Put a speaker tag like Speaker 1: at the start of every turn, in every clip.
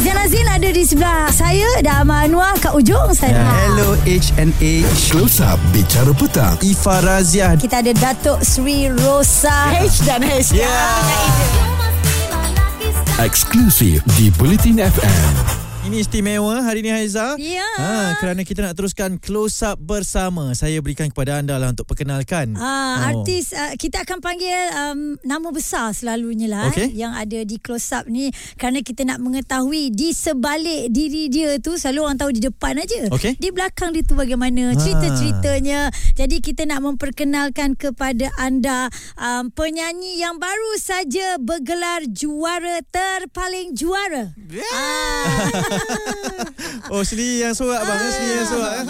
Speaker 1: Fiana Zin ada di sebelah saya dan Amal Anwar kat ujung sana.
Speaker 2: Hello HNH
Speaker 3: Close Up Bicara Petang
Speaker 2: Ifa Razia
Speaker 1: Kita ada Datuk Sri Rosa H dan H.
Speaker 3: Eksklusif di Bulletin FM
Speaker 2: Ini istimewa hari ni Haiza
Speaker 1: Ya.
Speaker 2: ha, Kerana kita nak teruskan Close Up Bersama Saya berikan kepada anda lah Untuk perkenalkan
Speaker 1: Ah, oh. artis uh, kita akan panggil um, nama besar selalunya lah
Speaker 2: Okey.
Speaker 1: eh, yang ada di close up ni kerana kita nak mengetahui di sebalik diri dia tu selalu orang tahu di depan aja.
Speaker 2: Okey.
Speaker 1: Di belakang dia tu bagaimana,
Speaker 2: Ah.
Speaker 1: cerita-ceritanya. Jadi kita nak memperkenalkan kepada anda um, penyanyi yang baru saja bergelar juara terpaling juara. Ah.
Speaker 2: Oh sendiri yang sorak bang Sendiri yang sorak eh?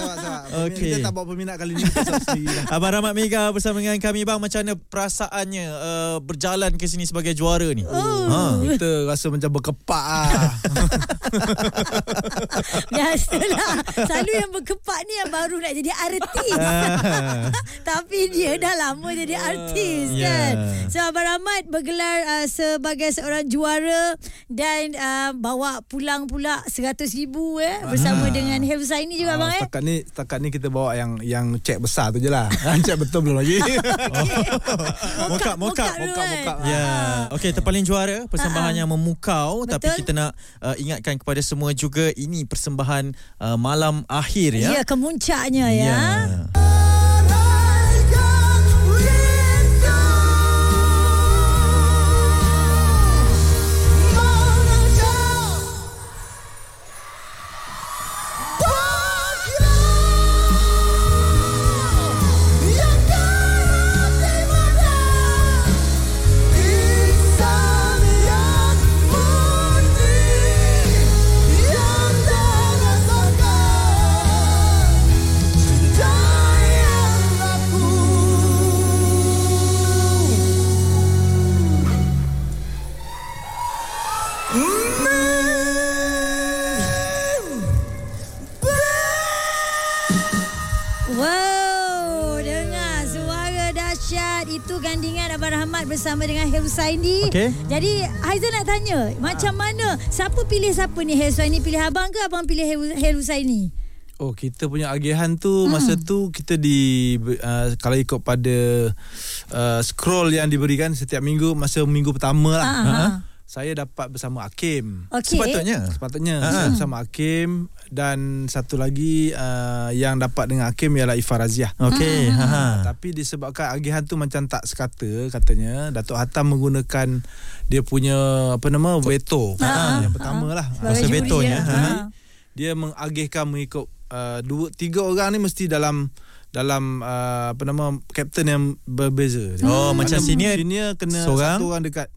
Speaker 2: Okey.
Speaker 4: Kita tak bawa peminat kali ni Kita sorak sendiri lah
Speaker 2: Abang Rahmat Mega bersama dengan kami bang Macam mana perasaannya uh, Berjalan ke sini sebagai juara ni oh. ha.
Speaker 4: Kita rasa macam berkepak lah
Speaker 1: Biasalah Selalu yang berkepak ni Yang baru nak jadi artis Tapi dia dah lama jadi artis
Speaker 2: Ya.
Speaker 1: kan So Abang Rahmat bergelar uh, Sebagai seorang juara Dan uh, bawa pulang pula 100 ribu eh Bersama dengan Hefzaini juga
Speaker 4: Ah,
Speaker 1: abang eh
Speaker 4: Setakat ni Setakat ni kita bawa yang Yang cek besar tu je lah Cek betul belum lagi
Speaker 2: Mokap, mokap
Speaker 1: dulu
Speaker 4: mokap,
Speaker 1: kan.
Speaker 4: mokap.
Speaker 2: Ya, yeah. okey terpaling juara persembahan yang memukau Betul. tapi
Speaker 1: Betul.
Speaker 2: kita nak uh, ingatkan kepada semua juga ini persembahan uh, malam akhir ya.
Speaker 1: Ya, kemuncaknya ya. Wow, dengar suara dahsyat. Itu gandingan Abang Rahmat bersama dengan Heusaini.
Speaker 2: Okey. Ah.
Speaker 1: Jadi Haizan nak tanya, macam mana? Siapa pilih siapa ni? Heusaini pilih abang ke abang pilih Heusaini?
Speaker 4: Oh kita punya agihan tu hmm. masa tu kita di uh, kalau ikut pada uh, scroll yang diberikan setiap minggu masa minggu pertama lah.
Speaker 1: Ah, ah.
Speaker 4: Saya dapat bersama Hakim.
Speaker 1: Okey.
Speaker 2: Sepatutnya.
Speaker 1: Hmm.
Speaker 4: Sepatutnya saya bersama Hakim dan satu lagi uh, yang dapat dengan Hakim ialah Ifah Razia.
Speaker 2: Okey, ha ha.
Speaker 4: Ah, Tapi disebabkan agihan tu macam tak sekata katanya Datuk Hatam menggunakan dia punya apa nama veto
Speaker 1: Ah,
Speaker 4: yang pertama lah.
Speaker 1: Sebagai
Speaker 2: Masa
Speaker 1: juri
Speaker 2: betonya,
Speaker 1: dia.
Speaker 2: ha.
Speaker 4: ah. dia mengagihkan mengikut uh, dua tiga orang ni mesti dalam dalam uh, apa nama captain yang berbeza.
Speaker 2: Oh,
Speaker 4: Jadi,
Speaker 2: macam
Speaker 4: mana
Speaker 2: senior
Speaker 4: senior kena
Speaker 2: seorang.
Speaker 4: seorang. satu orang dekat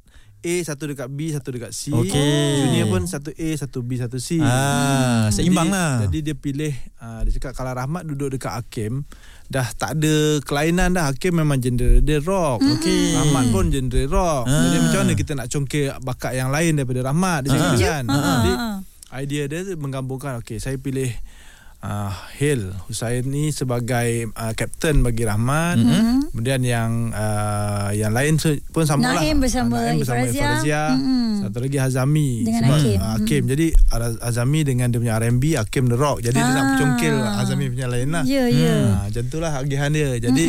Speaker 4: A, satu dekat B, satu dekat C.
Speaker 2: Okey.
Speaker 4: Junior pun satu A, satu B, satu C.
Speaker 2: Ah, seimbang
Speaker 4: Hmm. jadi,
Speaker 2: lah.
Speaker 4: Jadi dia pilih uh, dia cakap kalau Rahmat duduk dekat Hakim dah tak ada kelainan dah Hakim memang genre dia rock.
Speaker 2: Okey.
Speaker 4: Rahmat pun genre rock.
Speaker 2: Hmm. Ah.
Speaker 4: Jadi macam mana kita nak congkir bakat yang lain daripada Rahmat dia
Speaker 2: Ah.
Speaker 4: cakap
Speaker 2: Setuju.
Speaker 4: kan.
Speaker 1: Ha, ha,
Speaker 4: Jadi
Speaker 1: ha.
Speaker 4: idea dia tu menggabungkan okey saya pilih uh, Hil Husain ni sebagai uh, captain bagi Rahmat mm-hmm.
Speaker 2: Hmm.
Speaker 4: kemudian yang uh, yang lain se- pun sama lah
Speaker 1: Naim bersama
Speaker 4: Ah, Naim bersama
Speaker 1: Ifarazia.
Speaker 4: Ifarazia
Speaker 2: Hmm.
Speaker 1: Mm-mm.
Speaker 4: satu lagi Hazami
Speaker 1: Hmm. Dengan Hakim. Hmm.
Speaker 4: ah, Hakim jadi Ara- Hazami dengan dia punya R&B Hakim The Rock jadi dia nak
Speaker 1: Ah.
Speaker 4: congkil Hazami punya lain lah
Speaker 1: Ya, ya. Hmm.
Speaker 4: Ah, macam tu lah agihan dia jadi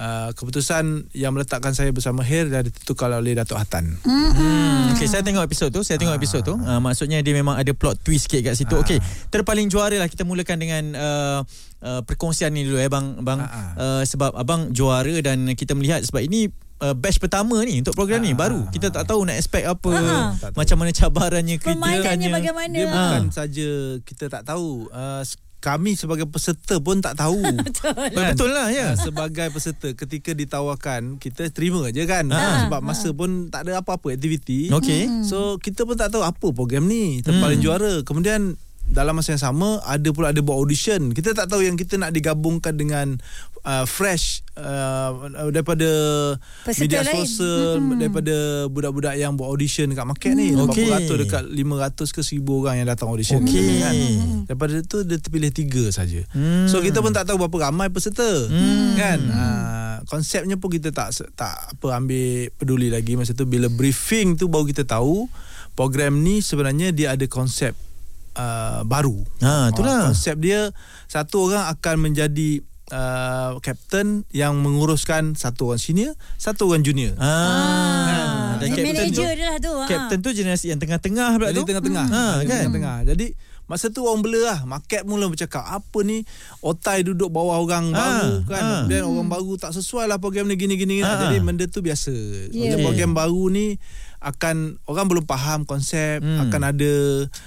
Speaker 4: Uh, keputusan yang meletakkan saya bersama Hil dah ditentukan oleh Datuk Hatan.
Speaker 2: Hmm, okey saya tengok episod tu, saya tengok episod tu. Uh,
Speaker 4: Ah.
Speaker 2: maksudnya dia memang ada plot twist sikit kat situ. Okey, terpaling juara lah kita mulakan dengan uh, uh, perkongsian ni dulu eh bang bang
Speaker 4: Ah,
Speaker 2: uh, sebab abang juara dan kita melihat sebab ini uh, batch pertama ni untuk program
Speaker 4: Ah,
Speaker 2: ni baru. Kita tak tahu nak expect apa,
Speaker 1: Ah.
Speaker 2: macam mana cabarannya
Speaker 1: Permainannya
Speaker 2: kritikannya.
Speaker 1: bagaimana?
Speaker 4: Dia bukan saja kita tak tahu. Uh, s- kami sebagai peserta pun tak tahu. Kan?
Speaker 2: Betul lah ya.
Speaker 4: Ah, Sebagai peserta ketika ditawarkan kita terima je kan
Speaker 2: Ah.
Speaker 4: sebab masa pun tak ada apa-apa aktiviti.
Speaker 2: Okey.
Speaker 1: Hmm.
Speaker 2: Hmm.
Speaker 4: So kita pun tak tahu apa program ni terpaling juara. Kemudian dalam masa yang sama ada pula ada buat audition. Kita tak tahu yang kita nak digabungkan dengan uh, fresh uh, daripada
Speaker 1: Peserta
Speaker 4: media
Speaker 1: lain. Hmm.
Speaker 4: sosial mm-hmm. daripada budak-budak yang buat audition dekat market ni. Berapa
Speaker 2: Okey.
Speaker 4: ratus dekat 500 ke 1000 orang yang datang audition. Kan?
Speaker 2: Okey.
Speaker 4: Daripada tu dia terpilih tiga saja. Hmm. So kita pun tak tahu berapa ramai peserta hmm. kan. Uh, konsepnya pun kita tak tak apa ambil peduli lagi masa tu bila briefing tu baru kita tahu program ni sebenarnya dia ada konsep uh, baru.
Speaker 2: Ha, itulah.
Speaker 4: Ah, konsep dia satu orang akan menjadi uh, captain yang menguruskan satu orang senior, satu orang junior.
Speaker 2: Ah,
Speaker 1: Ah,
Speaker 2: dan
Speaker 1: jadi
Speaker 2: captain
Speaker 1: manager
Speaker 2: tu,
Speaker 1: dia lah tu.
Speaker 2: Captain tu generasi yang tengah-tengah pula
Speaker 4: Jadi
Speaker 2: tu.
Speaker 4: tengah-tengah.
Speaker 2: Ha,
Speaker 4: Jadi
Speaker 2: kan?
Speaker 4: Tengah-tengah. Jadi masa tu orang blur lah. Market mula bercakap apa ni otai duduk bawah orang
Speaker 2: Ah,
Speaker 4: baru kan.
Speaker 2: ah.
Speaker 4: Dan orang baru tak sesuai lah program ni gini gini. gini.
Speaker 2: Ah,
Speaker 4: Jadi
Speaker 2: ah.
Speaker 4: benda tu biasa.
Speaker 1: Yeah.
Speaker 4: Yeah.
Speaker 2: Okay.
Speaker 4: Program baru ni akan orang belum faham konsep,
Speaker 2: Hmm.
Speaker 4: akan ada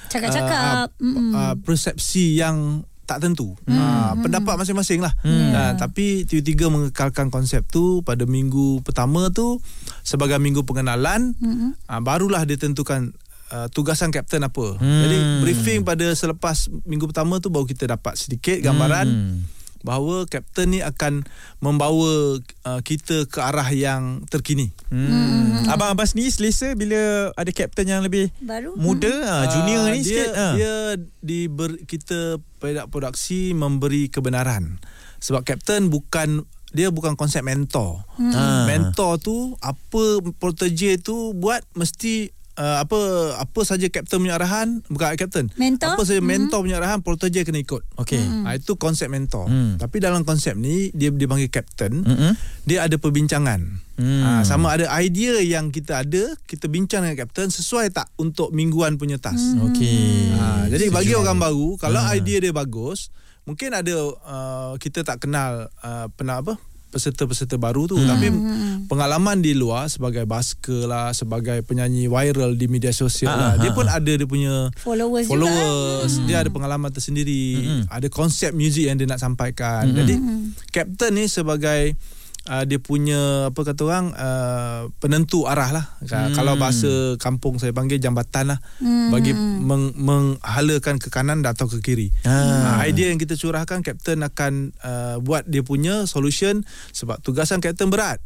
Speaker 1: Cakap-cakap.
Speaker 4: ah, ah,
Speaker 1: Mm-mm.
Speaker 4: ah, persepsi yang tak tentu. Ah, pendapat masing-masing lah. Ah, tapi tiga-tiga mengekalkan konsep tu pada minggu pertama tu sebagai minggu pengenalan
Speaker 1: Mm-mm.
Speaker 4: ha, barulah dia tentukan uh, tugasan kapten apa.
Speaker 2: Hmm.
Speaker 4: Hmm. Jadi briefing pada selepas minggu pertama tu baru kita dapat sedikit gambaran hmm.
Speaker 2: Hmm.
Speaker 4: bahawa kapten ni akan membawa uh, kita ke arah yang terkini.
Speaker 2: Hmm. Abang Abang sendiri selesa bila ada captain yang lebih
Speaker 1: Baru.
Speaker 2: muda, ah, junior
Speaker 4: Ah,
Speaker 2: ni
Speaker 4: dia,
Speaker 2: sikit. ah.
Speaker 4: Dia diber, kita produk produksi memberi kebenaran. Sebab kapten bukan dia bukan konsep mentor.
Speaker 2: Ah.
Speaker 4: Mentor tu apa protege tu buat mesti uh, apa apa saja kapten punya arahan bukan kapten.
Speaker 1: Mentor?
Speaker 4: Apa
Speaker 2: Hmm.
Speaker 4: saja mentor punya arahan protege kena ikut.
Speaker 2: Okey.
Speaker 4: Ha, itu konsep mentor.
Speaker 2: Hmm.
Speaker 4: Tapi dalam konsep ni dia dia panggil captain.
Speaker 2: Mm-mm.
Speaker 4: Dia ada perbincangan.
Speaker 2: Hmm.
Speaker 4: Ha, sama ada idea yang kita ada, kita bincang dengan captain sesuai tak untuk mingguan punya task.
Speaker 2: Hmm. Okey.
Speaker 4: Ha,
Speaker 2: Setuju.
Speaker 4: jadi
Speaker 2: Hmm.
Speaker 4: bagi orang baru kalau idea dia bagus, mungkin ada uh, kita tak kenal uh, pernah apa peserta-peserta baru
Speaker 2: Hmm.
Speaker 4: tu tapi pengalaman di luar sebagai basker lah sebagai penyanyi viral di media sosial
Speaker 2: Ah,
Speaker 4: lah dia
Speaker 2: ah,
Speaker 4: pun ada dia punya
Speaker 1: Followers,
Speaker 4: followers dia ada pengalaman tersendiri
Speaker 2: Hmm.
Speaker 4: ada konsep muzik yang dia nak sampaikan jadi captain ni sebagai uh, dia punya apa kata orang uh, penentu arah lah Ka-
Speaker 2: Hmm.
Speaker 4: kalau bahasa kampung saya panggil jambatan lah
Speaker 1: Hmm,
Speaker 2: ah,
Speaker 4: bagi meng- menghalakan ke kanan atau ke kiri
Speaker 2: Ah.
Speaker 1: Hmm.
Speaker 4: Ah, idea yang kita curahkan captain akan uh, buat dia punya solution sebab tugasan captain berat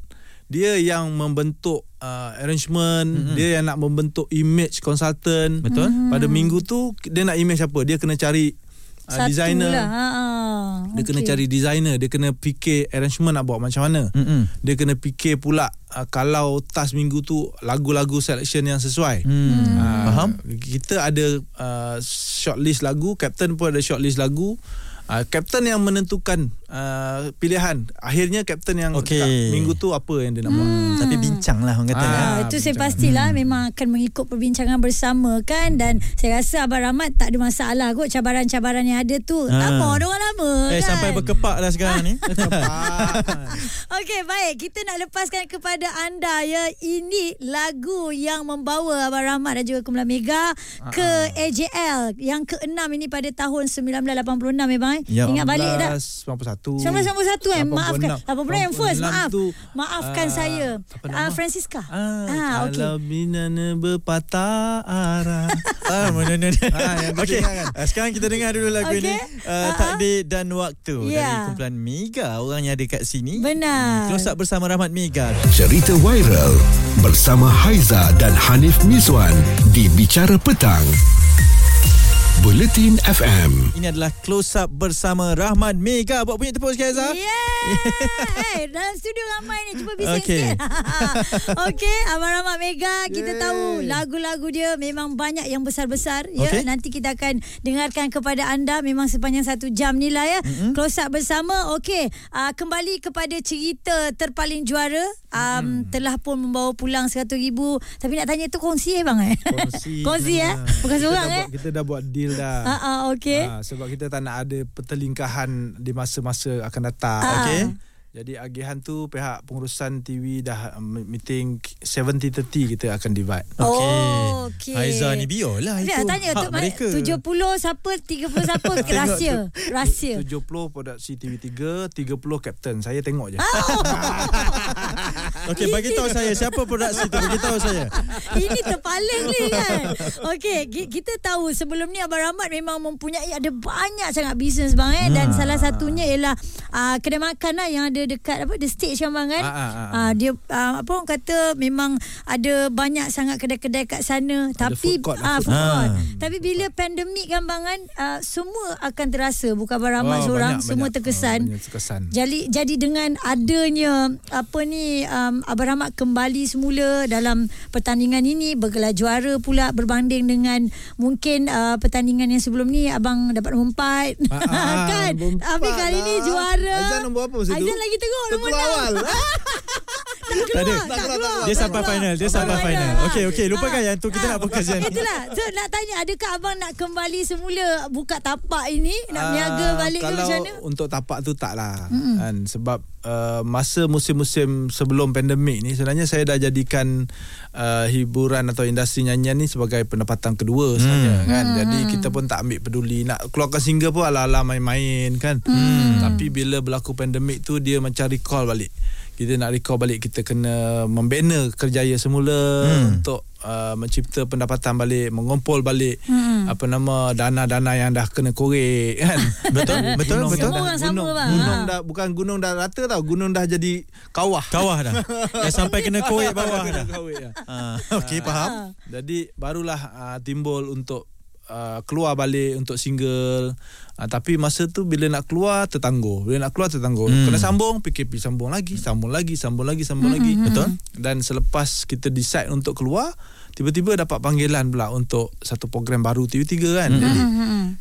Speaker 4: dia yang membentuk uh, arrangement
Speaker 1: Hmm.
Speaker 4: mm-hmm. dia yang nak membentuk image consultant Hmm.
Speaker 2: Betul.
Speaker 4: pada minggu tu dia nak image apa dia kena cari uh,
Speaker 1: Satu
Speaker 4: designer
Speaker 1: Lah. Ha, ah.
Speaker 4: dia
Speaker 1: Okey.
Speaker 4: kena
Speaker 1: Hmm.
Speaker 4: cari designer dia kena fikir arrangement nak buat macam mana
Speaker 2: Mm-mm.
Speaker 4: dia kena fikir pula uh, kalau task minggu tu lagu-lagu selection yang sesuai
Speaker 2: Hmm.
Speaker 4: Ah,
Speaker 2: Faham?
Speaker 4: Kita ada uh, shortlist lagu, captain pun ada shortlist lagu. Uh, captain yang menentukan uh, pilihan. Akhirnya captain yang
Speaker 2: Okey.
Speaker 4: cakap, minggu tu apa yang dia nak buat.
Speaker 2: Hmm, Tapi bincang lah orang kata.
Speaker 4: Ah.
Speaker 2: kan?
Speaker 1: Ah, itu saya pastilah memang akan mengikut perbincangan bersama kan dan saya rasa Abang Rahmat tak ada masalah kot cabaran-cabaran yang ada tu.
Speaker 2: Ah.
Speaker 1: Tak mau orang lama
Speaker 2: Eh
Speaker 1: kan.
Speaker 2: sampai berkepak lah sekarang ni.
Speaker 1: Okey baik kita nak lepaskan kepada anda ya ini lagu yang membawa Abang Rahmat dan juga Kumla Mega
Speaker 4: Ah,
Speaker 1: ke AJL yang keenam ini pada tahun 1986 ya bang eh?
Speaker 2: Ya,
Speaker 1: Ingat balik dah.
Speaker 4: 91.
Speaker 1: 1991 eh maafkan apa pula yang first
Speaker 4: 86
Speaker 1: maaf
Speaker 4: tu,
Speaker 1: maafkan
Speaker 4: ah,
Speaker 1: saya
Speaker 4: apa nama?
Speaker 1: ah Francisca
Speaker 4: Ah,
Speaker 1: ah okey
Speaker 4: Kalau binana berpatah arah.
Speaker 2: ah, no, no, no.
Speaker 4: Ah, yang tu
Speaker 2: okay.
Speaker 4: dengar kan?
Speaker 2: Ah, sekarang kita dengar dulu lagu
Speaker 1: Okey.
Speaker 2: okay. ini. Uh,
Speaker 1: Ah, ah.
Speaker 2: Takdir dan Waktu dari
Speaker 1: Ya.
Speaker 2: kumpulan Mega. Orangnya ada kat sini.
Speaker 1: Benar.
Speaker 2: Close up bersama Rahmat Mega.
Speaker 3: Cerita viral bersama Haiza dan Hanif Miswan di Bicara Petang. Buletin FM.
Speaker 2: Ini adalah lah, close up bersama Rahmat Mega. Buat punya tepuk sikit Azhar.
Speaker 1: Yeah. Eh, dalam studio ramai ni cuba bising
Speaker 2: Okey.
Speaker 1: okay. sikit. Okey, Abang Rahmat Mega, kita
Speaker 4: Yeay.
Speaker 1: tahu lagu-lagu dia memang banyak yang besar-besar ya.
Speaker 2: Okey.
Speaker 1: Nanti kita akan dengarkan kepada anda memang sepanjang satu jam ni lah ya. Mm-hmm. Close up bersama. Okey, uh, kembali kepada cerita terpaling juara um, mm. telah pun membawa pulang 100 ribu. Tapi nak tanya tu kongsi eh bang eh? kongsi eh? Bukan
Speaker 4: Kita
Speaker 1: seorang
Speaker 4: dah
Speaker 1: eh?
Speaker 4: buat- Kita dah buat deal dah.
Speaker 1: Ah ah okey.
Speaker 4: Ha, sebab kita tak nak ada pertelingkahan di masa-masa akan datang.
Speaker 1: Ah.
Speaker 4: Okey. Jadi agihan tu pihak pengurusan TV dah um, meeting 70-30 kita akan divide.
Speaker 1: Oh, okey.
Speaker 2: Haiza ni
Speaker 4: Ah,
Speaker 2: biolah itu.
Speaker 1: Biar tanya
Speaker 2: hak
Speaker 1: tu mereka.
Speaker 2: mereka.
Speaker 1: 70 siapa 30 siapa rahsia rahsia
Speaker 4: 70 produksi TV3, 30 captain. Saya tengok je.
Speaker 1: Ah,
Speaker 2: Okey, bagi tahu saya siapa produksi tu. Bagi tahu saya.
Speaker 1: ini terpaling ni kan okey ki- kita tahu sebelum ni abang Rahmat memang
Speaker 4: Hmm.
Speaker 1: mempunyai ada banyak sangat bisnes bang eh dan salah satunya ialah uh, ah, kedai makan lah yang ada dekat apa the stage kan bang kan.
Speaker 4: Ah, ah, ah.
Speaker 1: Ah, dia ah, apa orang kata memang ada banyak sangat kedai-kedai kat sana
Speaker 4: Ada
Speaker 1: tapi
Speaker 4: food court
Speaker 1: ah,
Speaker 4: lah, food
Speaker 1: food court.
Speaker 2: Ah.
Speaker 1: Tapi bila pandemik kan bang kan ah, semua akan terasa bukan barang ramai
Speaker 4: Oh,
Speaker 1: seorang
Speaker 4: banyak,
Speaker 1: semua
Speaker 4: banyak.
Speaker 1: terkesan.
Speaker 4: Oh, banyak terkesan.
Speaker 1: Jadi jadi dengan adanya apa ni um, Abang Rahmat kembali semula dalam pertandingan ini bergelar juara pula berbanding dengan mungkin uh, pertandingan yang sebelum ni abang dapat nombor 4.
Speaker 4: Ah, ah, ah,
Speaker 1: kan?
Speaker 4: nombor
Speaker 1: Tapi
Speaker 4: empat
Speaker 1: kali ni
Speaker 4: lah.
Speaker 1: juara.
Speaker 4: Aizan nombor apa masa tu?
Speaker 1: Aizan lagi teruk nombor 6.
Speaker 4: Ketua awal.
Speaker 1: Ah,
Speaker 2: Tak ada.
Speaker 1: Tak keluar, tak
Speaker 2: Dia
Speaker 1: keluar.
Speaker 2: sampai final, dia sampai final. Okey, okey, lupakan yang tu kita nak fokus yang ni.
Speaker 1: Ah, Itulah. So nak tanya adakah abang nak kembali semula buka tapak ini? Nak
Speaker 4: Ah,
Speaker 1: berniaga balik ke
Speaker 4: kalau
Speaker 1: macam mana?
Speaker 4: untuk tapak tu tak lah mm-hmm. kan sebab uh, masa musim-musim sebelum pandemik ni sebenarnya saya dah jadikan uh, hiburan atau industri nyanyian ni sebagai pendapatan kedua mm. saja kan mm. jadi kita pun tak ambil peduli nak keluarkan single pun ala-ala main-main kan mm. tapi bila berlaku pandemik tu dia macam recall balik kita nak recall balik kita kena membina kerjaya semula mm. untuk uh, mencipta pendapatan balik, mengumpul balik hmm. apa nama dana-dana yang dah kena korek kan.
Speaker 2: Betul, betul,
Speaker 4: Gunung
Speaker 2: betul.
Speaker 4: yang
Speaker 1: Semua orang sama,
Speaker 4: gunung,
Speaker 1: bang.
Speaker 4: Gunung
Speaker 1: Ha.
Speaker 4: dah bukan gunung dah rata tau, gunung dah jadi kawah.
Speaker 2: Kawah dah. Dah sampai kena koek bawah dah.
Speaker 4: Kena kawek dah.
Speaker 2: Ah, okey, faham.
Speaker 4: Jadi barulah uh, timbul untuk uh, keluar balik untuk single. Uh, tapi masa tu bila nak keluar tertangguh. Bila nak keluar tertangguh. Hmm. Kena sambung, PKP sambung lagi, sambung lagi, sambung lagi, sambung hmm. lagi. Betul. Dan selepas kita decide untuk keluar, tiba-tiba dapat panggilan pula untuk satu program baru TV3 kan. Hmm. Jadi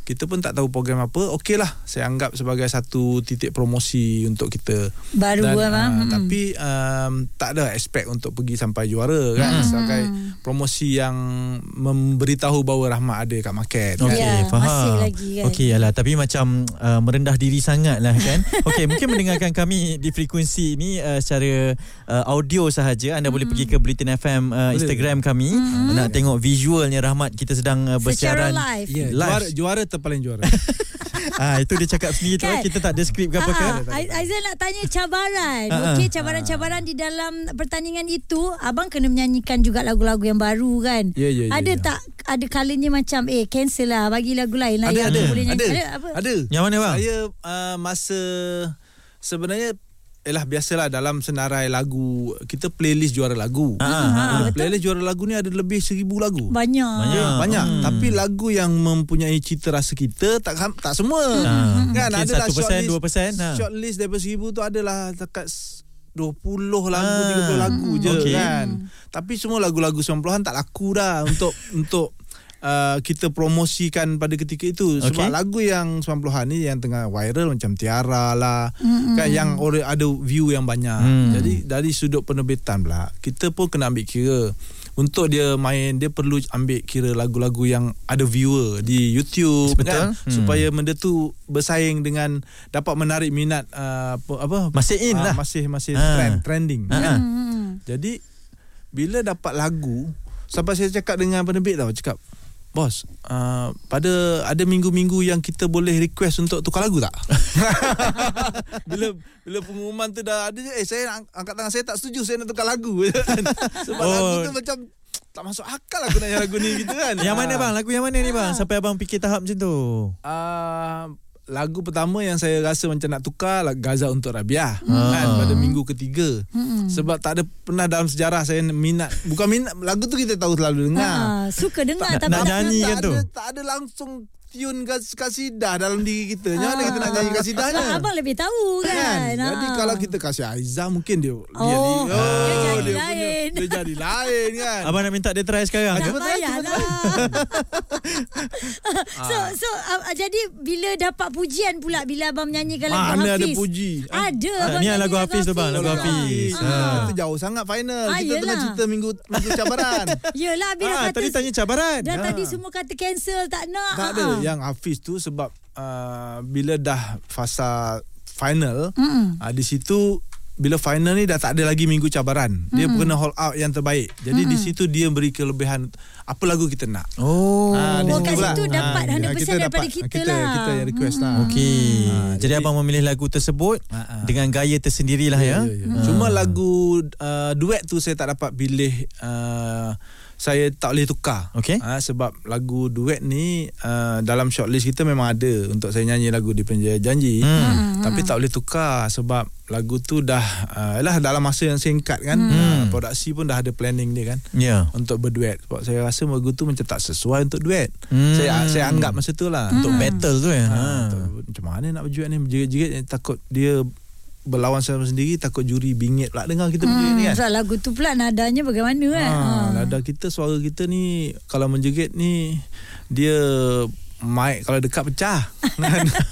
Speaker 4: kita pun tak tahu program apa. Okeylah, saya anggap sebagai satu titik promosi untuk kita
Speaker 1: Baru
Speaker 4: dan,
Speaker 1: abang.
Speaker 2: ah,
Speaker 4: Uh, tapi um, tak ada expect untuk pergi sampai juara kan hmm. sebagai promosi yang memberitahu bahawa Rahmat ada kat market.
Speaker 2: Okey,
Speaker 4: Kan?
Speaker 1: Ya,
Speaker 2: faham.
Speaker 1: masih lagi kan.
Speaker 2: Okey, alah tapi macam uh, merendah diri sangat lah kan. Okey, mungkin mendengarkan kami di frekuensi ini uh, secara uh, audio sahaja. Anda boleh pergi
Speaker 1: Hmm.
Speaker 2: ke Bulletin FM uh, Instagram kami nak tengok visualnya Rahmat kita sedang uh,
Speaker 1: Secara
Speaker 2: bersiaran.
Speaker 1: live.
Speaker 4: Ya, juara
Speaker 2: Live.
Speaker 4: juara terpaling juara.
Speaker 2: Ah, itu dia cakap sendiri tu.
Speaker 1: Kan?
Speaker 2: Kita tak ada skrip ke apa ke.
Speaker 1: Ah, Aiz- Aizan nak tanya cabaran.
Speaker 2: Ah, ah.
Speaker 1: Okey, cabaran-cabaran di dalam pertandingan itu, abang kena menyanyikan juga lagu-lagu yang baru kan?
Speaker 4: Ya, ya, ya,
Speaker 1: Ada
Speaker 4: ya.
Speaker 1: tak ada kalanya macam eh cancel lah bagi lagu lain lah yang
Speaker 4: ada.
Speaker 1: aku boleh nyanyi.
Speaker 4: Ada.
Speaker 1: Ada apa?
Speaker 4: Ada.
Speaker 2: Yang mana bang?
Speaker 4: Saya uh, masa sebenarnya Yalah biasalah dalam senarai lagu Kita playlist juara lagu
Speaker 2: Ah,
Speaker 1: ah, ah, betul.
Speaker 4: Playlist juara lagu ni ada lebih seribu lagu
Speaker 1: Banyak.
Speaker 2: Banyak.
Speaker 4: Ya,
Speaker 2: Ah,
Speaker 4: banyak
Speaker 2: hmm.
Speaker 4: hmm. tapi lagu yang mempunyai cita rasa kita tak ham- tak semua
Speaker 2: Ah,
Speaker 4: kan
Speaker 2: mungkin
Speaker 4: adalah
Speaker 2: 1%,
Speaker 4: shortlist
Speaker 2: 2%, ha.
Speaker 4: shortlist daripada 1000 tu adalah dekat s- 20 lagu
Speaker 2: Ah,
Speaker 4: 30 lagu je
Speaker 2: okey.
Speaker 4: kan
Speaker 2: Hmm.
Speaker 4: tapi semua lagu-lagu 90-an tak laku dah untuk untuk Uh, kita promosikan pada ketika itu sebab
Speaker 2: Okey.
Speaker 4: lagu yang 90-an ni yang tengah viral macam Tiara lah kan yang orang ada view yang banyak
Speaker 2: Hmm.
Speaker 4: jadi dari sudut penerbitan pula kita pun kena ambil kira untuk dia main dia perlu ambil kira lagu-lagu yang ada viewer di YouTube
Speaker 2: Betul.
Speaker 4: kan
Speaker 2: Hmm.
Speaker 4: supaya benda tu bersaing dengan dapat menarik minat uh, apa- apa
Speaker 2: Masih in lah.
Speaker 4: masih masih
Speaker 2: Ah.
Speaker 4: trend trending Kan?
Speaker 2: Ah, ah.
Speaker 4: jadi bila dapat lagu sampai saya cakap dengan penerbit tau cakap Bos, uh, pada ada minggu-minggu yang kita boleh request untuk tukar lagu tak? bila bila pengumuman tu dah ada je, eh saya ang- angkat tangan saya tak setuju saya nak tukar lagu. Sebab oh. lagu
Speaker 2: Oh.
Speaker 4: tu macam tak masuk akal aku nak nyanyi lagu ni gitu kan.
Speaker 2: Yang mana
Speaker 4: Ah.
Speaker 2: bang? Lagu yang mana ni bang? Sampai abang fikir tahap macam tu.
Speaker 4: Uh, lagu pertama yang saya rasa macam nak tukar lagu Gaza untuk Rabiah kan pada minggu ketiga
Speaker 1: Hmm.
Speaker 4: sebab tak ada pernah dalam sejarah saya minat bukan minat lagu tu kita tahu selalu dengar
Speaker 1: Ah, suka dengar
Speaker 2: Tak-
Speaker 1: tapi Ah.
Speaker 2: nak
Speaker 1: abang-
Speaker 2: nyanyi kan
Speaker 4: tak
Speaker 2: tu?
Speaker 4: ada tak ada langsung tune kas- kasidah dalam diri kita jangan mana kita nak nyanyi kasidahnya
Speaker 1: Abang, abang lebih tahu
Speaker 4: kan
Speaker 1: Ah. kan.
Speaker 4: jadi
Speaker 1: Ah.
Speaker 4: kalau kita kasih Aizah mungkin dia dia
Speaker 1: Oh,
Speaker 4: ni-
Speaker 1: dia jadi lain.
Speaker 4: dia jadi lain kan
Speaker 2: Abang nak minta dia try sekarang. Ah,
Speaker 1: tak
Speaker 2: ke?
Speaker 1: payahlah. so so uh, jadi bila dapat pujian pula bila abang menyanyikan lagu
Speaker 4: Mana
Speaker 1: Hafiz.
Speaker 4: ada puji? Ah.
Speaker 1: Ada.
Speaker 2: Ah,
Speaker 1: abang
Speaker 2: ni
Speaker 1: nyanyi
Speaker 2: lagu Hafiz tu, bang, lagu
Speaker 4: Kalau
Speaker 2: Hafiz.
Speaker 4: habis,
Speaker 2: Ah.
Speaker 4: ah, Itu jauh sangat final
Speaker 1: Ah,
Speaker 4: Kita tengah
Speaker 1: yelah.
Speaker 4: cerita minggu, minggu cabaran
Speaker 1: Yelah bila
Speaker 2: Ah,
Speaker 1: kata
Speaker 2: tadi tanya cabaran.
Speaker 1: Dah
Speaker 2: Ah.
Speaker 1: tadi semua kata cancel tak nak.
Speaker 4: Tak ada Ya,
Speaker 1: Ah.
Speaker 4: yang Hafiz tu sebab uh, bila dah fasa final uh, di situ bila final ni dah tak ada lagi minggu cabaran. Dia kena hold out yang terbaik. Jadi di situ dia beri kelebihan apa lagu kita nak.
Speaker 2: Oh.
Speaker 4: Ah, di
Speaker 1: Oh,
Speaker 4: situ
Speaker 1: kat
Speaker 4: pula.
Speaker 1: situ dapat
Speaker 4: Ah,
Speaker 1: 100% daripada kita
Speaker 4: kita
Speaker 1: lah.
Speaker 4: Kita yang request lah.
Speaker 2: Okey.
Speaker 4: Ah,
Speaker 2: jadi,
Speaker 4: jadi-
Speaker 2: abang memilih lagu tersebut
Speaker 4: Ah, ah.
Speaker 2: dengan gaya
Speaker 4: Hmm.
Speaker 2: tersendirilah ya.
Speaker 4: Ya, ya, ya. Cuma lagu uh, duet tu saya tak dapat pilih uh, saya tak boleh tukar.
Speaker 2: Okey.
Speaker 4: Ha, sebab lagu duet ni uh, dalam shortlist kita memang ada untuk saya nyanyi lagu di Penjaya Janji. Hmm. Tapi tak boleh tukar sebab lagu tu dah uh, lah dalam masa yang singkat kan. Hmm. Uh, produksi pun dah ada planning dia kan
Speaker 2: Ya.
Speaker 4: untuk berduet. Sebab saya rasa lagu tu macam tak sesuai untuk duet.
Speaker 2: Hmm.
Speaker 4: Saya saya anggap masa tu lah
Speaker 1: Hmm.
Speaker 4: untuk
Speaker 2: Untuk battle tu ya.
Speaker 4: Ha,
Speaker 2: Ha.
Speaker 4: tak- Macam mana nak berjuang ni Jerit-jerit eh, takut dia berlawan sama sendiri takut juri bingit pula dengar kita berjuang ni
Speaker 1: Hmm,
Speaker 4: kan.
Speaker 1: sebab lagu tu pula nadanya bagaimana kan.
Speaker 4: Ha,
Speaker 1: Ha.
Speaker 4: nada kita suara kita ni kalau menjerit ni dia mic kalau dekat pecah.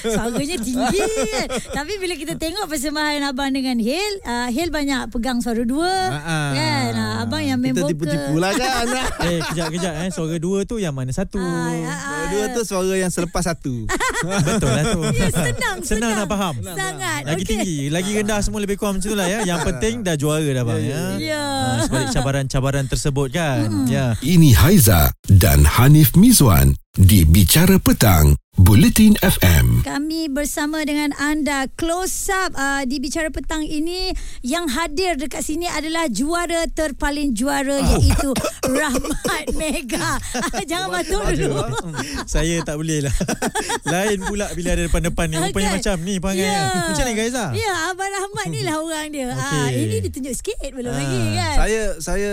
Speaker 1: Suaranya tinggi kan. Tapi bila kita tengok persembahan abang dengan Hil, uh, Hil banyak pegang suara dua.
Speaker 4: Ha-ha.
Speaker 1: Kan? Uh, abang yang main
Speaker 4: Kita
Speaker 1: vokal.
Speaker 4: tipu-tipu lah kan.
Speaker 2: Eh kejap-kejap eh suara dua tu yang mana satu?
Speaker 1: Ah, ah, ah.
Speaker 4: Dua tu suara yang selepas satu.
Speaker 2: Betul lah tu.
Speaker 1: Ya, senang,
Speaker 2: Senang nak faham.
Speaker 1: Sangat.
Speaker 2: Lagi
Speaker 1: Okey.
Speaker 2: tinggi, lagi rendah semua lebih kurang macam tu lah ya. Yang penting dah juara dah bang ya.
Speaker 1: Ya. Hmm.
Speaker 2: Ha, sebalik cabaran-cabaran tersebut kan. Ya.
Speaker 3: Ini Haiza dan Hanif Mizwan di Bicara Petang, Bulletin FM.
Speaker 1: Kami bersama dengan anda close up uh, di bicara petang ini yang hadir dekat sini adalah juara terpaling juara
Speaker 2: Ah.
Speaker 1: iaitu Rahmat Mega. Ah, Jangan batuk dulu.
Speaker 2: Saya tak boleh lah Lain pula bila ada depan-depan ni Rupanya
Speaker 1: Kan?
Speaker 2: macam ni perangai
Speaker 1: Ya.
Speaker 2: yeah. Macam ni guys lah
Speaker 1: Ya, Abang Rahmat ni lah orang dia. Ah,
Speaker 2: Okey. Ah.
Speaker 1: ini ditunjuk sikit belum lagi kan.
Speaker 4: saya saya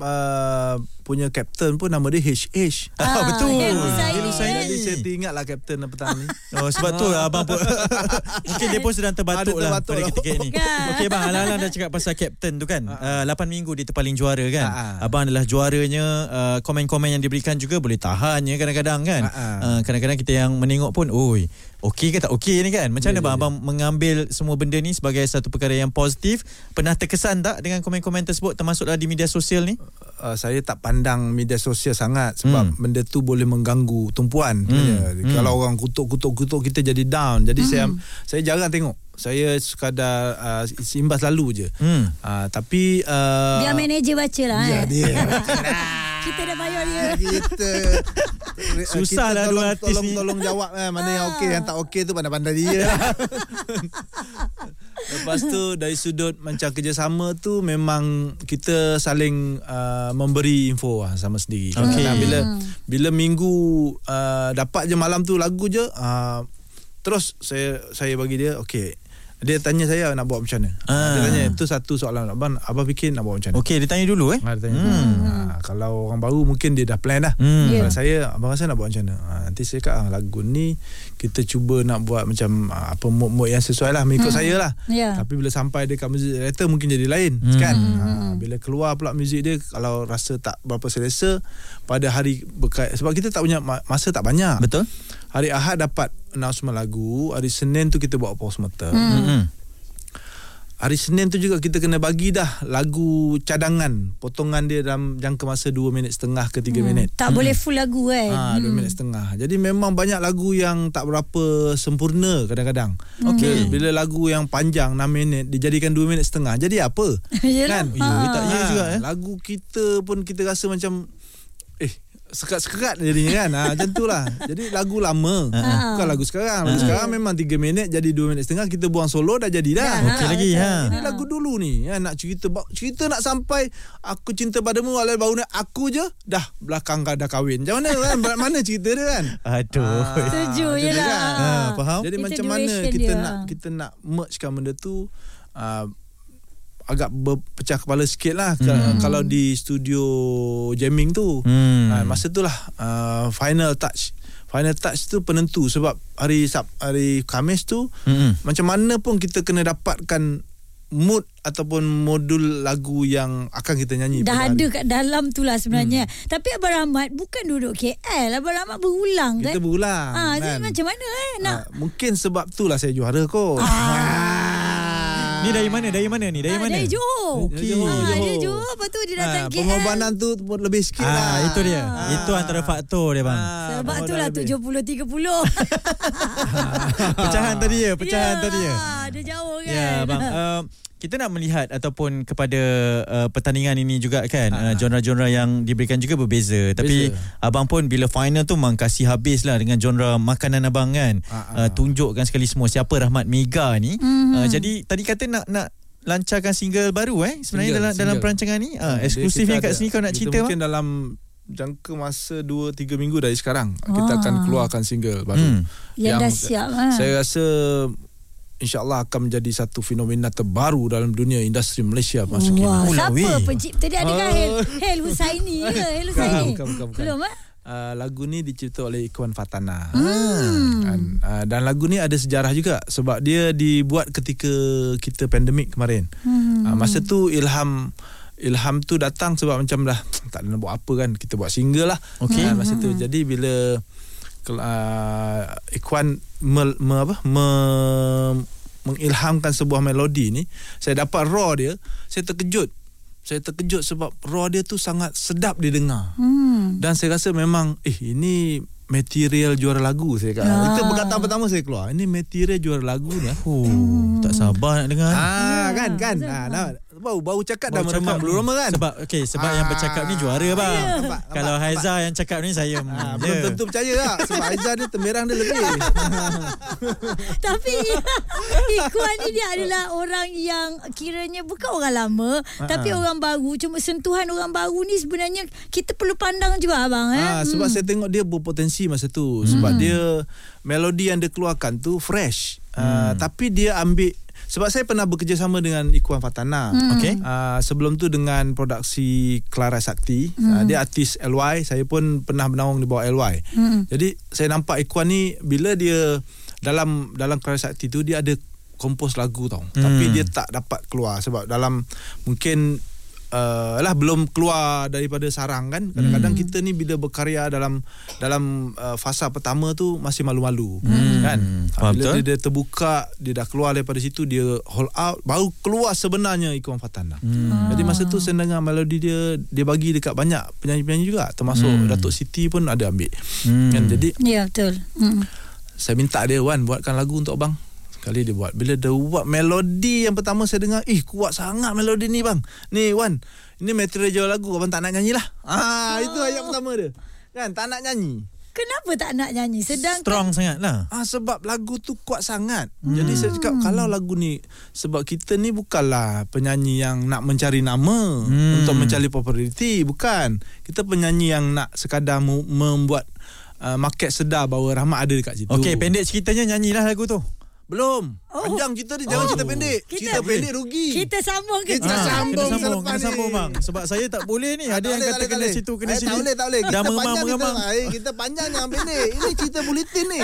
Speaker 4: uh, punya captain pun nama dia HH.
Speaker 1: Ah,
Speaker 2: betul.
Speaker 1: Hil
Speaker 2: Hil
Speaker 1: Husaini.
Speaker 2: Husaini.
Speaker 4: Jadi saya teringatlah captain petang ni.
Speaker 2: Oh sebab tu abang pun Mungkin dia pun sedang terbatuk,
Speaker 4: Ada
Speaker 2: lah
Speaker 4: terbatuk
Speaker 2: Pada
Speaker 4: lah.
Speaker 2: ketika ini
Speaker 1: Kan.
Speaker 2: Okey bang Alang-alang dah cakap pasal captain tu kan uh, 8 minggu dia terpaling juara kan
Speaker 4: Ah, ah.
Speaker 2: Abang adalah juaranya uh, Komen-komen yang diberikan juga Boleh tahan ya kadang-kadang kan
Speaker 4: Ah, ah.
Speaker 2: uh, Kadang-kadang kita yang menengok pun Oi Okey ke tak okey ni kan Macam mana bang Abang mengambil semua benda ni Sebagai satu perkara yang positif Pernah terkesan tak Dengan komen-komen tersebut Termasuklah di media sosial ni
Speaker 4: uh, saya tak pandang media sosial sangat sebab
Speaker 2: Hmm.
Speaker 4: hmm. benda tu boleh mengganggu tumpuan hmm. kalau orang kutuk-kutuk-kutuk kita jadi down jadi hmm. saya saya jarang tengok saya sekadar uh, imbas lalu je
Speaker 2: Hmm.
Speaker 4: uh, tapi uh,
Speaker 2: Ah.
Speaker 1: Biar manager baca lah.
Speaker 4: ya,
Speaker 1: eh.
Speaker 4: dia
Speaker 1: Kita dah bayar dia.
Speaker 4: kita
Speaker 2: Susah lah
Speaker 4: tolong,
Speaker 2: dua artis
Speaker 4: tolong,
Speaker 2: ni.
Speaker 4: Tolong jawab eh, mana yang okey yang tak okey tu pandai-pandai dia. Ya. Lepas tu dari sudut macam kerjasama tu memang kita saling uh, memberi info lah sama sendiri.
Speaker 2: Okey.
Speaker 4: Kadang-kadang Bila bila minggu uh, dapat je malam tu lagu je uh, terus saya saya bagi dia okey. Dia tanya saya nak buat macam mana.
Speaker 2: Ah.
Speaker 4: Dia tanya tu satu soalan abang abang fikir nak buat macam mana.
Speaker 2: Okey dia tanya dulu eh
Speaker 4: Ha, dia tanya hmm. ha, Kalau orang baru Mungkin dia dah plan dah
Speaker 2: Hmm.
Speaker 4: hmm.
Speaker 1: Ya.
Speaker 4: Kalau saya Abang rasa nak buat macam mana ha, Nanti saya cakap ah, Lagu ni Kita cuba nak buat Macam ah, apa mood-mood yang sesuai lah Mengikut hmm. saya lah
Speaker 1: Ya.
Speaker 4: Tapi bila sampai dekat music director Mungkin jadi lain
Speaker 2: Hmm.
Speaker 4: hmm. kan ha, Bila keluar pula muzik dia Kalau rasa tak berapa selesa Pada hari berkait Sebab kita tak punya ma- Masa tak banyak
Speaker 2: Betul
Speaker 4: Hari Ahad dapat Announcement lagu Hari Senin tu kita buat postmortem hmm.
Speaker 2: hmm.
Speaker 4: Hari Senin tu juga kita kena bagi dah lagu cadangan, potongan dia dalam jangka masa 2 minit setengah ke 3 hmm. minit.
Speaker 1: Tak boleh full lagu kan.
Speaker 2: Ah.
Speaker 4: Ha, 2 minit setengah. Jadi memang banyak lagu yang tak berapa sempurna kadang-kadang.
Speaker 2: Okey.
Speaker 4: Bila lagu yang panjang 6 minit dijadikan 2 minit setengah. Jadi apa?
Speaker 1: Yelah.
Speaker 4: kan?
Speaker 2: Ya, tak ya juga eh.
Speaker 4: Lagu kita pun kita rasa macam eh sekat-sekat jadinya kan. Ha, macam tu lah. Jadi lagu lama.
Speaker 1: Ha.
Speaker 4: Bukan lagu sekarang. Lagu
Speaker 2: Ha.
Speaker 4: sekarang memang 3 minit jadi 2 minit setengah kita buang solo dah jadi dah.
Speaker 1: Dah.
Speaker 2: Okey lagi ha.
Speaker 4: Ah, Ini lagu dulu ni ya, Nak cerita ba- Cerita nak sampai Aku cinta padamu Walau baru nak Aku je Dah belakang kau dah kahwin Macam mana kan Berat mana cerita dia kan
Speaker 2: Aduh.
Speaker 4: Ah,
Speaker 1: Setuju,
Speaker 4: macam tu
Speaker 1: yelah.
Speaker 2: Ah, faham?
Speaker 4: Jadi
Speaker 1: Itu
Speaker 4: macam mana
Speaker 1: duration
Speaker 4: Kita
Speaker 1: dia. ha.
Speaker 4: nak Kita nak mergekan benda tu uh, Agak berpecah kepala sikit lah hmm. Kalau di studio Jamming tu
Speaker 2: Hmm.
Speaker 4: Ah, Masa tu lah uh, Final touch Final touch tu penentu Sebab hari Sab, hari Kamis tu
Speaker 2: Hmm.
Speaker 4: macam mana pun kita kena dapatkan mood ataupun modul lagu yang akan kita nyanyi
Speaker 1: Dah
Speaker 4: pada
Speaker 1: ada
Speaker 4: hari.
Speaker 1: kat dalam tu lah sebenarnya. Hmm. Tapi Abang Rahmat bukan duduk KL. Abang Rahmat berulang kan.
Speaker 4: kita berulang
Speaker 1: Ah, ha, jadi
Speaker 4: kan?
Speaker 1: macam mana eh nak
Speaker 4: Ah, mungkin sebab itulah saya juara kot ah.
Speaker 2: Ni dari mana? Dari mana ni?
Speaker 1: Ah,
Speaker 2: Dari mana?
Speaker 1: Dari Johor.
Speaker 2: Okey.
Speaker 4: Dari
Speaker 1: Ah,
Speaker 4: Johor.
Speaker 1: dia Johor lepas tu dia datang
Speaker 4: Ah,
Speaker 1: KL.
Speaker 4: pengorbanan tu pun lebih sikit lah
Speaker 2: Ah, itu dia. Itu antara faktor dia bang.
Speaker 1: Sebab tu lah 70 30.
Speaker 2: Pecahan tadi ya, pecahan
Speaker 1: Ya,
Speaker 2: tadi ya.
Speaker 1: Dia jauh kan.
Speaker 2: Ya bang. Uh, kita nak melihat ataupun kepada uh, pertandingan ini juga kan uh, genre-genre yang diberikan juga berbeza tapi abang pun bila final tu memang kasih habis lah dengan genre makanan
Speaker 4: Ah,
Speaker 2: Eh, abang kan uh, tunjukkan sekali semua siapa Rahmat Mega ni uh, jadi tadi Eh, kata nak nak lancarkan single baru eh sebenarnya
Speaker 5: Single,
Speaker 2: dalam dalam
Speaker 5: single.
Speaker 2: perancangan ni. Ah,
Speaker 4: Jadi
Speaker 2: eksklusifnya
Speaker 4: kita
Speaker 2: kat
Speaker 4: ada-
Speaker 2: sini kau nak
Speaker 4: kita
Speaker 2: cerita apa?
Speaker 4: Mungkin dalam jangka masa 2-3 minggu dari sekarang kita
Speaker 1: Wah.
Speaker 4: akan keluarkan single baru.
Speaker 2: Hmm.
Speaker 1: Yang,
Speaker 4: Yang
Speaker 1: dah siap ha.
Speaker 4: Ya, Saya rasa insyaallah akan menjadi satu fenomena terbaru dalam dunia industri Malaysia masa kini.
Speaker 1: Wah, Oh, siapa
Speaker 2: Ulah, weh.
Speaker 1: pencipta dia adakah Hel,
Speaker 4: Oh.
Speaker 1: Hel Husaini ke? Hel Husaini.
Speaker 5: bukan, bukan, bukan.
Speaker 1: Belum ah?
Speaker 4: Uh, lagu ni dicipta oleh Ikhwan Fatana. Hmm. Uh, dan lagu ni ada sejarah juga sebab dia dibuat ketika kita pandemik kemarin. Hmm. Uh, masa tu Ilham Ilham tu datang sebab macam dah tak ada nak buat apa kan kita buat single lah.
Speaker 2: Okey.
Speaker 4: Uh, masa tu jadi bila kel- uh, Ikhwan me, me, apa me, mengilhamkan sebuah melodi ni, saya dapat raw dia, saya terkejut. Saya terkejut sebab raw dia tu sangat sedap didengar.
Speaker 1: Hmm.
Speaker 4: Dan saya rasa memang Eh ini material juara lagu saya kata.
Speaker 1: Ah.
Speaker 4: Itu perkataan pertama saya keluar. Ini material juara lagu ni. ah.
Speaker 2: Oh, tak sabar nak dengar.
Speaker 4: Ah kan kan. Ah, nampak? baru baru cakap dah
Speaker 2: Baru
Speaker 4: merekam
Speaker 2: cakap.
Speaker 4: belum lama kan?
Speaker 2: Sebab okey, sebab yang bercakap ni juara bang.
Speaker 4: Ya, nampak,
Speaker 2: Kalau Haiza yang cakap ni saya ah,
Speaker 4: Ah, belum tentu percaya tak Sebab Aizah dia temerang dia lebih
Speaker 1: Tapi Ikhwan ni dia adalah orang yang kiranya bukan orang lama uh-huh. tapi orang baru. Cuma sentuhan orang baru ni sebenarnya kita perlu pandang juga abang eh.
Speaker 4: ah, Sebab saya tengok dia berpotensi masa tu Sebab dia Melodi yang dia keluarkan tu Fresh ah, Tapi dia ambil Sebab saya pernah bekerjasama Dengan Ikhwan Fatana
Speaker 2: Okey.
Speaker 4: Uh, sebelum tu dengan produksi Clara Sakti. Mm.
Speaker 2: Hmm.
Speaker 4: Uh, dia artis LY, saya pun pernah bernaung di bawah LY.
Speaker 2: Hmm.
Speaker 4: Mm. Jadi saya nampak Ikhwan ni bila dia dalam dalam Clara Sakti tu dia ada kompos lagu tau.
Speaker 2: Hmm.
Speaker 4: Mm. Tapi dia tak dapat keluar sebab dalam mungkin Uh, lah belum keluar daripada sarang kan kadang-kadang
Speaker 2: Hmm.
Speaker 4: kita ni bila berkarya dalam dalam uh, fasa pertama tu masih malu-malu hmm. kan
Speaker 2: Faham
Speaker 4: Ah, bila
Speaker 2: betul.
Speaker 4: dia dia terbuka dia dah keluar daripada situ dia hold out baru keluar sebenarnya Ikhwan Fatana. Hmm. Jadi masa tu saya dengar melodi dia dia bagi dekat banyak penyanyi-penyanyi juga termasuk hmm. Datuk Siti pun ada ambil. Hmm. Kan jadi
Speaker 1: Ya betul. Hmm.
Speaker 4: saya minta dia Wan buatkan lagu untuk abang. Sekali dia buat. Bila dia buat melodi yang pertama saya dengar, "Eh, kuat sangat melodi ni bang." Ni Wan, ini material jual lagu abang tak nak nyanyilah. Ah, itu ayat pertama dia. Kan tak nak nyanyi.
Speaker 1: Kenapa tak nak nyanyi? Sedang
Speaker 2: Strong sangat lah.
Speaker 4: Ah sebab lagu tu kuat sangat. Hmm. Jadi saya cakap kalau lagu ni sebab kita ni bukanlah penyanyi yang nak mencari nama
Speaker 2: Hmm.
Speaker 4: hmm. untuk mencari populariti, bukan. Kita penyanyi yang nak sekadar mu- membuat uh, market sedar bahawa Rahmat ada dekat situ.
Speaker 2: Okey, pendek ceritanya nyanyilah lagu tu. Ah,
Speaker 4: Belum.
Speaker 1: Oh.
Speaker 4: Oh. Panjang cerita dia, jangan
Speaker 1: Oh.
Speaker 4: cerita pendek.
Speaker 1: Kita-
Speaker 4: Kita, cerita pendek rugi.
Speaker 1: kita sambung ke Ah,
Speaker 4: Kita
Speaker 1: Ikhwan?
Speaker 4: sambung.
Speaker 2: kena sambung,
Speaker 4: selepas
Speaker 2: kena
Speaker 4: ni.
Speaker 2: sambung bang. Sebab saya tak boleh ni.
Speaker 4: Ah,
Speaker 2: Ada
Speaker 4: tak
Speaker 2: yang
Speaker 4: boleh,
Speaker 2: kata
Speaker 4: tak
Speaker 2: kena
Speaker 4: boleh.
Speaker 2: situ, kena
Speaker 4: Eh,
Speaker 2: sini.
Speaker 4: Tak boleh, tak boleh. Kita
Speaker 2: Dah
Speaker 4: panjang, kita,
Speaker 2: memang-memang.
Speaker 4: eh, kita panjang jangan pendek. Ini cerita buletin ni.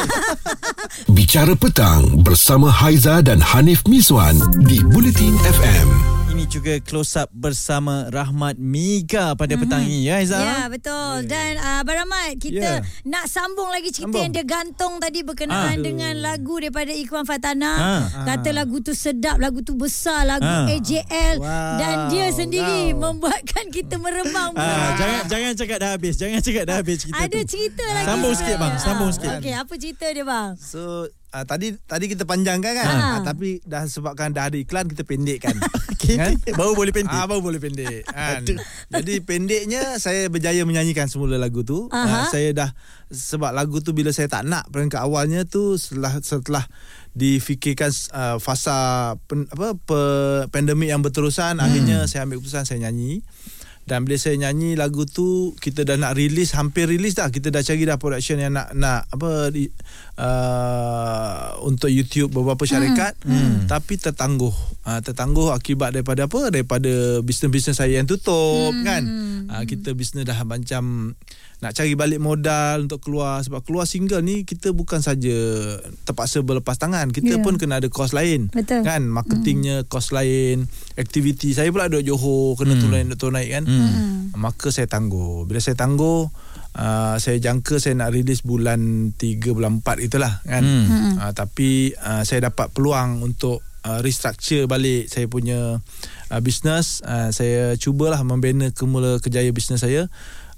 Speaker 3: Bicara petang bersama Haiza dan Hanif Miswan di Bulletin FM.
Speaker 2: Ini juga close up bersama Rahmat Miga pada petang ini ya Aizah.
Speaker 1: Mhm. Ya betul Dan uh, Baramat Kita
Speaker 4: Ya.
Speaker 1: nak sambung lagi cerita
Speaker 4: Sambung.
Speaker 1: yang dia gantung tadi Berkenaan
Speaker 2: Ah.
Speaker 1: dengan lagu daripada Ikhwan Fatana
Speaker 2: Ah.
Speaker 1: Kata lagu tu sedap Lagu tu besar Lagu
Speaker 2: Ah.
Speaker 1: AJL
Speaker 4: Wow.
Speaker 1: Dan dia sendiri
Speaker 4: Wow.
Speaker 1: Membuatkan kita meremang
Speaker 2: Ah, jangan jangan cakap dah habis. Jangan cakap dah habis cerita
Speaker 1: Ada
Speaker 2: tu.
Speaker 1: cerita lagi
Speaker 2: Sambung
Speaker 1: sebenarnya.
Speaker 2: sikit, bang. Sambung
Speaker 1: Ah,
Speaker 2: sikit.
Speaker 1: Okey apa cerita dia bang
Speaker 4: So uh, tadi tadi kita panjangkan kan.
Speaker 1: Ha.
Speaker 4: Ha. Uh, tapi dah sebabkan dah ada iklan kita pendekkan.
Speaker 2: Okey,
Speaker 4: Kan?
Speaker 2: Baru boleh
Speaker 4: Ah
Speaker 2: pendek.
Speaker 4: baru boleh pendek. Kan? Jadi pendeknya saya berjaya menyanyikan semula lagu tu.
Speaker 1: Aha.
Speaker 4: Uh, saya dah sebab lagu tu bila saya tak nak perangkat awalnya tu setelah setelah difikirkan uh, fasa pen, apa pe, pandemik yang berterusan hmm. akhirnya saya ambil keputusan saya nyanyi. Dan bila saya nyanyi lagu tu kita dah nak release hampir release dah kita dah cari dah production yang nak nak apa di, ah, uh, untuk YouTube beberapa syarikat hmm. tapi tertangguh uh, tertangguh akibat daripada apa daripada bisnes-bisnes saya yang tutup hmm. kan uh, kita bisnes dah macam nak cari balik modal untuk keluar sebab keluar single ni kita bukan saja terpaksa berlepas tangan
Speaker 1: Ya.
Speaker 4: kita yeah. pun kena ada kos lain
Speaker 1: Betul.
Speaker 4: kan marketingnya kos lain aktiviti saya pula duduk Johor kena hmm. tunai tunai kan hmm maka saya tangguh bila saya tangguh uh, saya jangka saya nak rilis bulan 3 bulan 4 itulah kan
Speaker 2: Hmm.
Speaker 4: hmm. uh, tapi uh, saya dapat peluang untuk uh, restructure balik saya punya uh, bisnes uh, saya cubalah membina kemula kejaya bisnes saya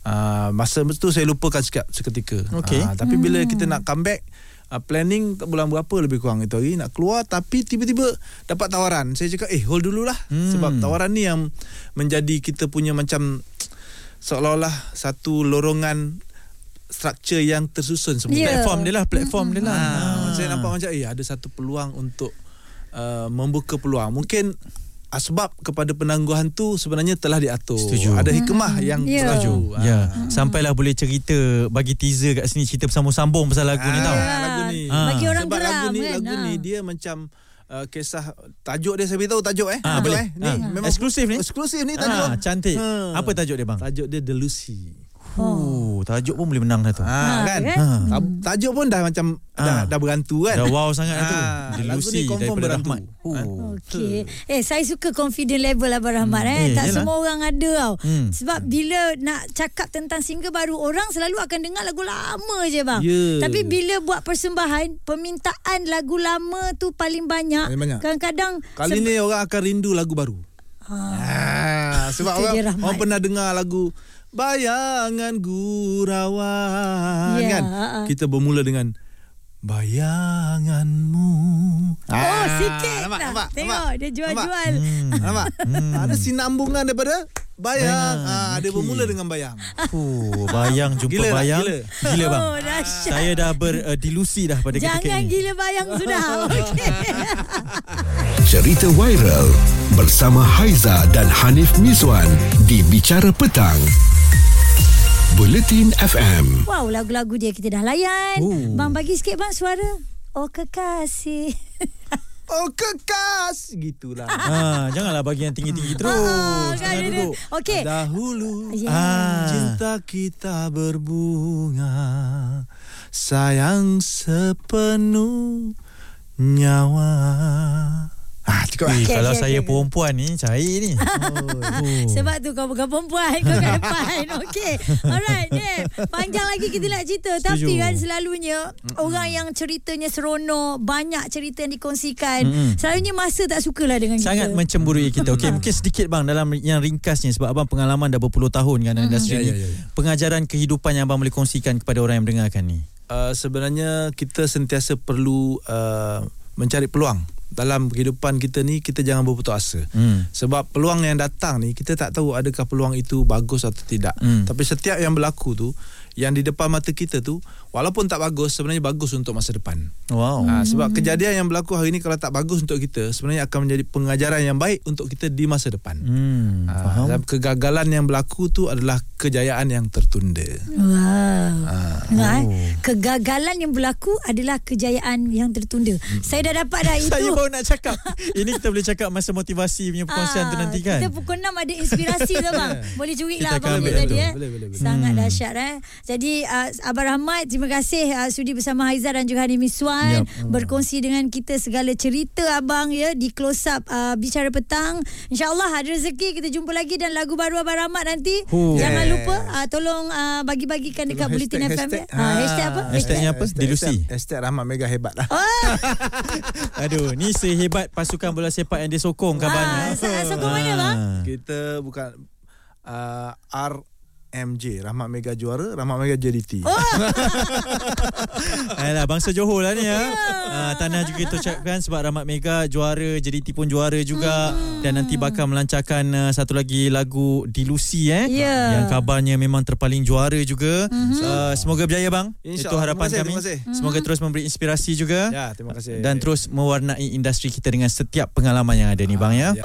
Speaker 4: uh, masa tu saya lupakan sekejap seketika
Speaker 2: Okey.
Speaker 4: Ah, tapi bila kita nak comeback uh, planning tak bulan berapa lebih kurang itu hari nak keluar tapi tiba-tiba dapat tawaran. Saya cakap eh hold dululah
Speaker 2: Hmm.
Speaker 4: hmm. sebab tawaran ni yang menjadi kita punya macam seolah-olah satu lorongan struktur yang tersusun
Speaker 1: Ya.
Speaker 4: semula. Yeah.
Speaker 2: Platform dia lah, platform dia lah.
Speaker 4: Ha, saya nampak macam eh ada satu peluang untuk uh, membuka peluang. Mungkin asbab kepada penangguhan tu sebenarnya telah diatur.
Speaker 2: Setuju.
Speaker 4: Ada hikmah yang
Speaker 1: Ya.
Speaker 4: setuju.
Speaker 2: Ya, yeah. sampailah boleh cerita bagi teaser kat sini cerita bersambung-sambung pasal lagu ni tau.
Speaker 1: Ya.
Speaker 4: Lagu ni.
Speaker 1: Ah. Bagi orang
Speaker 4: Sebab lagu
Speaker 1: geram
Speaker 4: ni,
Speaker 1: kan?
Speaker 4: lagu
Speaker 1: Ah.
Speaker 4: ni dia macam uh, kisah tajuk dia saya beritahu tajuk eh.
Speaker 2: Ah,
Speaker 4: tajuk
Speaker 2: boleh.
Speaker 4: eh. Ni
Speaker 2: Ah.
Speaker 4: memang
Speaker 2: Eksklusif ni?
Speaker 4: Eksklusif ni tajuk.
Speaker 2: Ah, cantik.
Speaker 4: Ha.
Speaker 2: Apa tajuk dia bang?
Speaker 4: Tajuk dia delusi.
Speaker 2: Oh, tajuk pun boleh menang dah tu.
Speaker 4: Ha, kan?
Speaker 1: kan?
Speaker 4: Ha. Tajuk pun dah macam dah,
Speaker 2: Hmm. Ah.
Speaker 4: dah berhantu kan.
Speaker 2: Dah wow sangat dah tu.
Speaker 4: Ah, lagu ni
Speaker 2: Delusi
Speaker 4: confirm Ah.
Speaker 2: daripada
Speaker 4: berhantu.
Speaker 2: Rahmat. Oh.
Speaker 1: Okey. Eh saya suka confident level Abang Rahmat eh.
Speaker 2: Eh,
Speaker 1: Tak
Speaker 2: yalah.
Speaker 1: semua orang ada tau.
Speaker 2: Hmm.
Speaker 1: Sebab bila nak cakap tentang single baru orang selalu akan dengar lagu lama je bang.
Speaker 4: Ya.
Speaker 1: Tapi bila buat persembahan permintaan lagu lama tu paling banyak.
Speaker 4: Paling banyak.
Speaker 1: Kadang-kadang
Speaker 4: Kali
Speaker 1: seb-
Speaker 4: ni orang akan rindu lagu baru.
Speaker 1: Ha.
Speaker 4: Ah, sebab
Speaker 1: Itu
Speaker 4: orang,
Speaker 1: dia Rahmat.
Speaker 4: orang pernah dengar lagu Bayangan Gurawan
Speaker 1: Ya,
Speaker 4: kan.
Speaker 1: ah, ah.
Speaker 4: Kita bermula dengan bayanganmu. Ah,
Speaker 1: Oh sikit
Speaker 4: nampak,
Speaker 1: lah.
Speaker 4: nampak,
Speaker 1: Tengok
Speaker 4: nampak.
Speaker 1: dia jual-jual.
Speaker 2: Hmm.
Speaker 4: Nampak? Ada sinambungan daripada bayang.
Speaker 2: Bayang,
Speaker 4: Ah,
Speaker 2: okey.
Speaker 4: dia bermula dengan bayang.
Speaker 2: Oh, bayang jumpa
Speaker 4: Gila tak?
Speaker 2: bayang.
Speaker 4: Gila.
Speaker 2: Hmm, gila bang.
Speaker 1: Oh, dahsyat.
Speaker 2: Saya dah berdilusi dah pada ketika
Speaker 1: Jangan
Speaker 2: ini.
Speaker 1: gila bayang sudah. Okey.
Speaker 3: Cerita viral bersama Haiza dan Hanif Miswan di Bicara Petang. Bulletin FM.
Speaker 1: Wow, lagu-lagu dia kita dah layan.
Speaker 2: Oh.
Speaker 1: Bang bagi sikit bang suara. Oh kekasih.
Speaker 4: Oh kekas gitulah.
Speaker 2: Ha, janganlah bagi yang tinggi-tinggi terus.
Speaker 1: Ah, kan
Speaker 2: Jangan
Speaker 1: dia-
Speaker 2: duduk.
Speaker 1: Okey.
Speaker 4: Dahulu
Speaker 1: Ya.
Speaker 2: Ah.
Speaker 4: cinta kita berbunga Sayang sepenuh nyawa Ah,
Speaker 2: Eh,
Speaker 4: cukup lah.
Speaker 1: Okey,
Speaker 2: kalau
Speaker 1: okey,
Speaker 2: saya
Speaker 1: okey.
Speaker 2: perempuan ni cair ni. Oh.
Speaker 1: Sebab tu kau bukan perempuan Kau kat depan Okay Alright Dave Panjang lagi kita nak cerita Setuju. Tapi
Speaker 2: Setuju.
Speaker 1: kan selalunya mm Orang yang ceritanya seronok Banyak cerita yang dikongsikan Selalunya masa tak sukalah dengan
Speaker 2: Sangat
Speaker 1: kita
Speaker 2: mencemburui kita. Okey, mungkin sedikit bang dalam yang ringkasnya sebab abang pengalaman dah berpuluh tahun kan dalam industri
Speaker 4: Ya,
Speaker 2: ni.
Speaker 4: ya, ya, ya.
Speaker 2: Pengajaran kehidupan yang abang boleh kongsikan kepada orang yang mendengarkan ni.
Speaker 4: Uh, sebenarnya kita sentiasa perlu uh, mencari peluang dalam kehidupan kita ni kita jangan berputus asa.
Speaker 2: Hmm.
Speaker 4: Sebab peluang yang datang ni kita tak tahu adakah peluang itu bagus atau tidak.
Speaker 2: Hmm.
Speaker 4: Tapi setiap yang berlaku tu yang di depan mata kita tu walaupun tak bagus sebenarnya bagus untuk masa depan.
Speaker 2: Wow.
Speaker 4: Ha, sebab kejadian yang berlaku hari ni kalau tak bagus untuk kita sebenarnya akan menjadi pengajaran yang baik untuk kita di masa depan.
Speaker 2: Hmm, faham.
Speaker 4: Ha, dan kegagalan yang berlaku tu adalah kejayaan yang tertunda.
Speaker 1: Wow
Speaker 2: Ah.
Speaker 1: Dengar,
Speaker 2: Oh.
Speaker 1: eh? Kegagalan yang berlaku Adalah kejayaan yang tertunda Saya dah dapat dah itu
Speaker 2: Saya baru nak cakap. Ini kita boleh cakap masa motivasi punya perkongsian tu
Speaker 1: Ah,
Speaker 2: nanti kan.
Speaker 1: Kita pukul 6 ada inspirasi tu bang Boleh curi
Speaker 2: Kita
Speaker 1: lah abang
Speaker 2: akan
Speaker 1: punya
Speaker 2: ambil
Speaker 1: tadi
Speaker 4: tu.
Speaker 1: eh
Speaker 4: Boleh, boleh, Hmm. boleh.
Speaker 1: Sangat dahsyat eh Jadi uh, Abang Rahmat Terima kasih uh, Sudi bersama Haizah dan juga Hani Miswan
Speaker 2: Yap.
Speaker 4: Ya.
Speaker 1: Berkongsi dengan kita segala cerita abang ya Di close up uh, Bicara Petang InsyaAllah ada rezeki Kita jumpa lagi Dan lagu baru Abang Rahmat nanti
Speaker 2: Huh.
Speaker 1: Jangan
Speaker 4: Yes.
Speaker 1: lupa uh, Tolong uh, bagi-bagikan dekat
Speaker 4: Tolong
Speaker 1: Bulletin
Speaker 4: hashtag,
Speaker 1: FM ya.
Speaker 4: hashtag.
Speaker 1: Ha, Hashtag Oh! apa?
Speaker 2: Hashtagnya apa?
Speaker 4: Hashtag-
Speaker 2: Delusi.
Speaker 4: hashtag- Hashtag Rahmat Mega hebat lah.
Speaker 2: Aduh, ni sehebat pasukan bola sepak yang dia sokong
Speaker 1: Ah,
Speaker 2: kabarnya.
Speaker 1: sa- Sokong mana bang?
Speaker 4: Kita bukan uh, RMJ Rahmat Mega juara Rahmat Mega JDT oh.
Speaker 2: Ayolah, bangsa Johor lah ni ya. Ah, tanah juga kita ucapkan sebab Rahmat Mega juara, JDT pun juara juga dan nanti bakal melancarkan uh, satu lagi lagu Dilusi eh
Speaker 1: Ya.
Speaker 2: yang kabarnya memang terpaling juara juga. Uh, semoga berjaya bang.
Speaker 4: Insya
Speaker 2: Itu
Speaker 4: Allah.
Speaker 2: harapan
Speaker 4: Terima kasih,
Speaker 2: kami.
Speaker 4: terima kasih.
Speaker 2: Semoga terus memberi inspirasi juga.
Speaker 4: Ya terima kasih
Speaker 2: Dan terus mewarnai industri kita dengan setiap pengalaman yang ada ni bang ya.
Speaker 4: ya.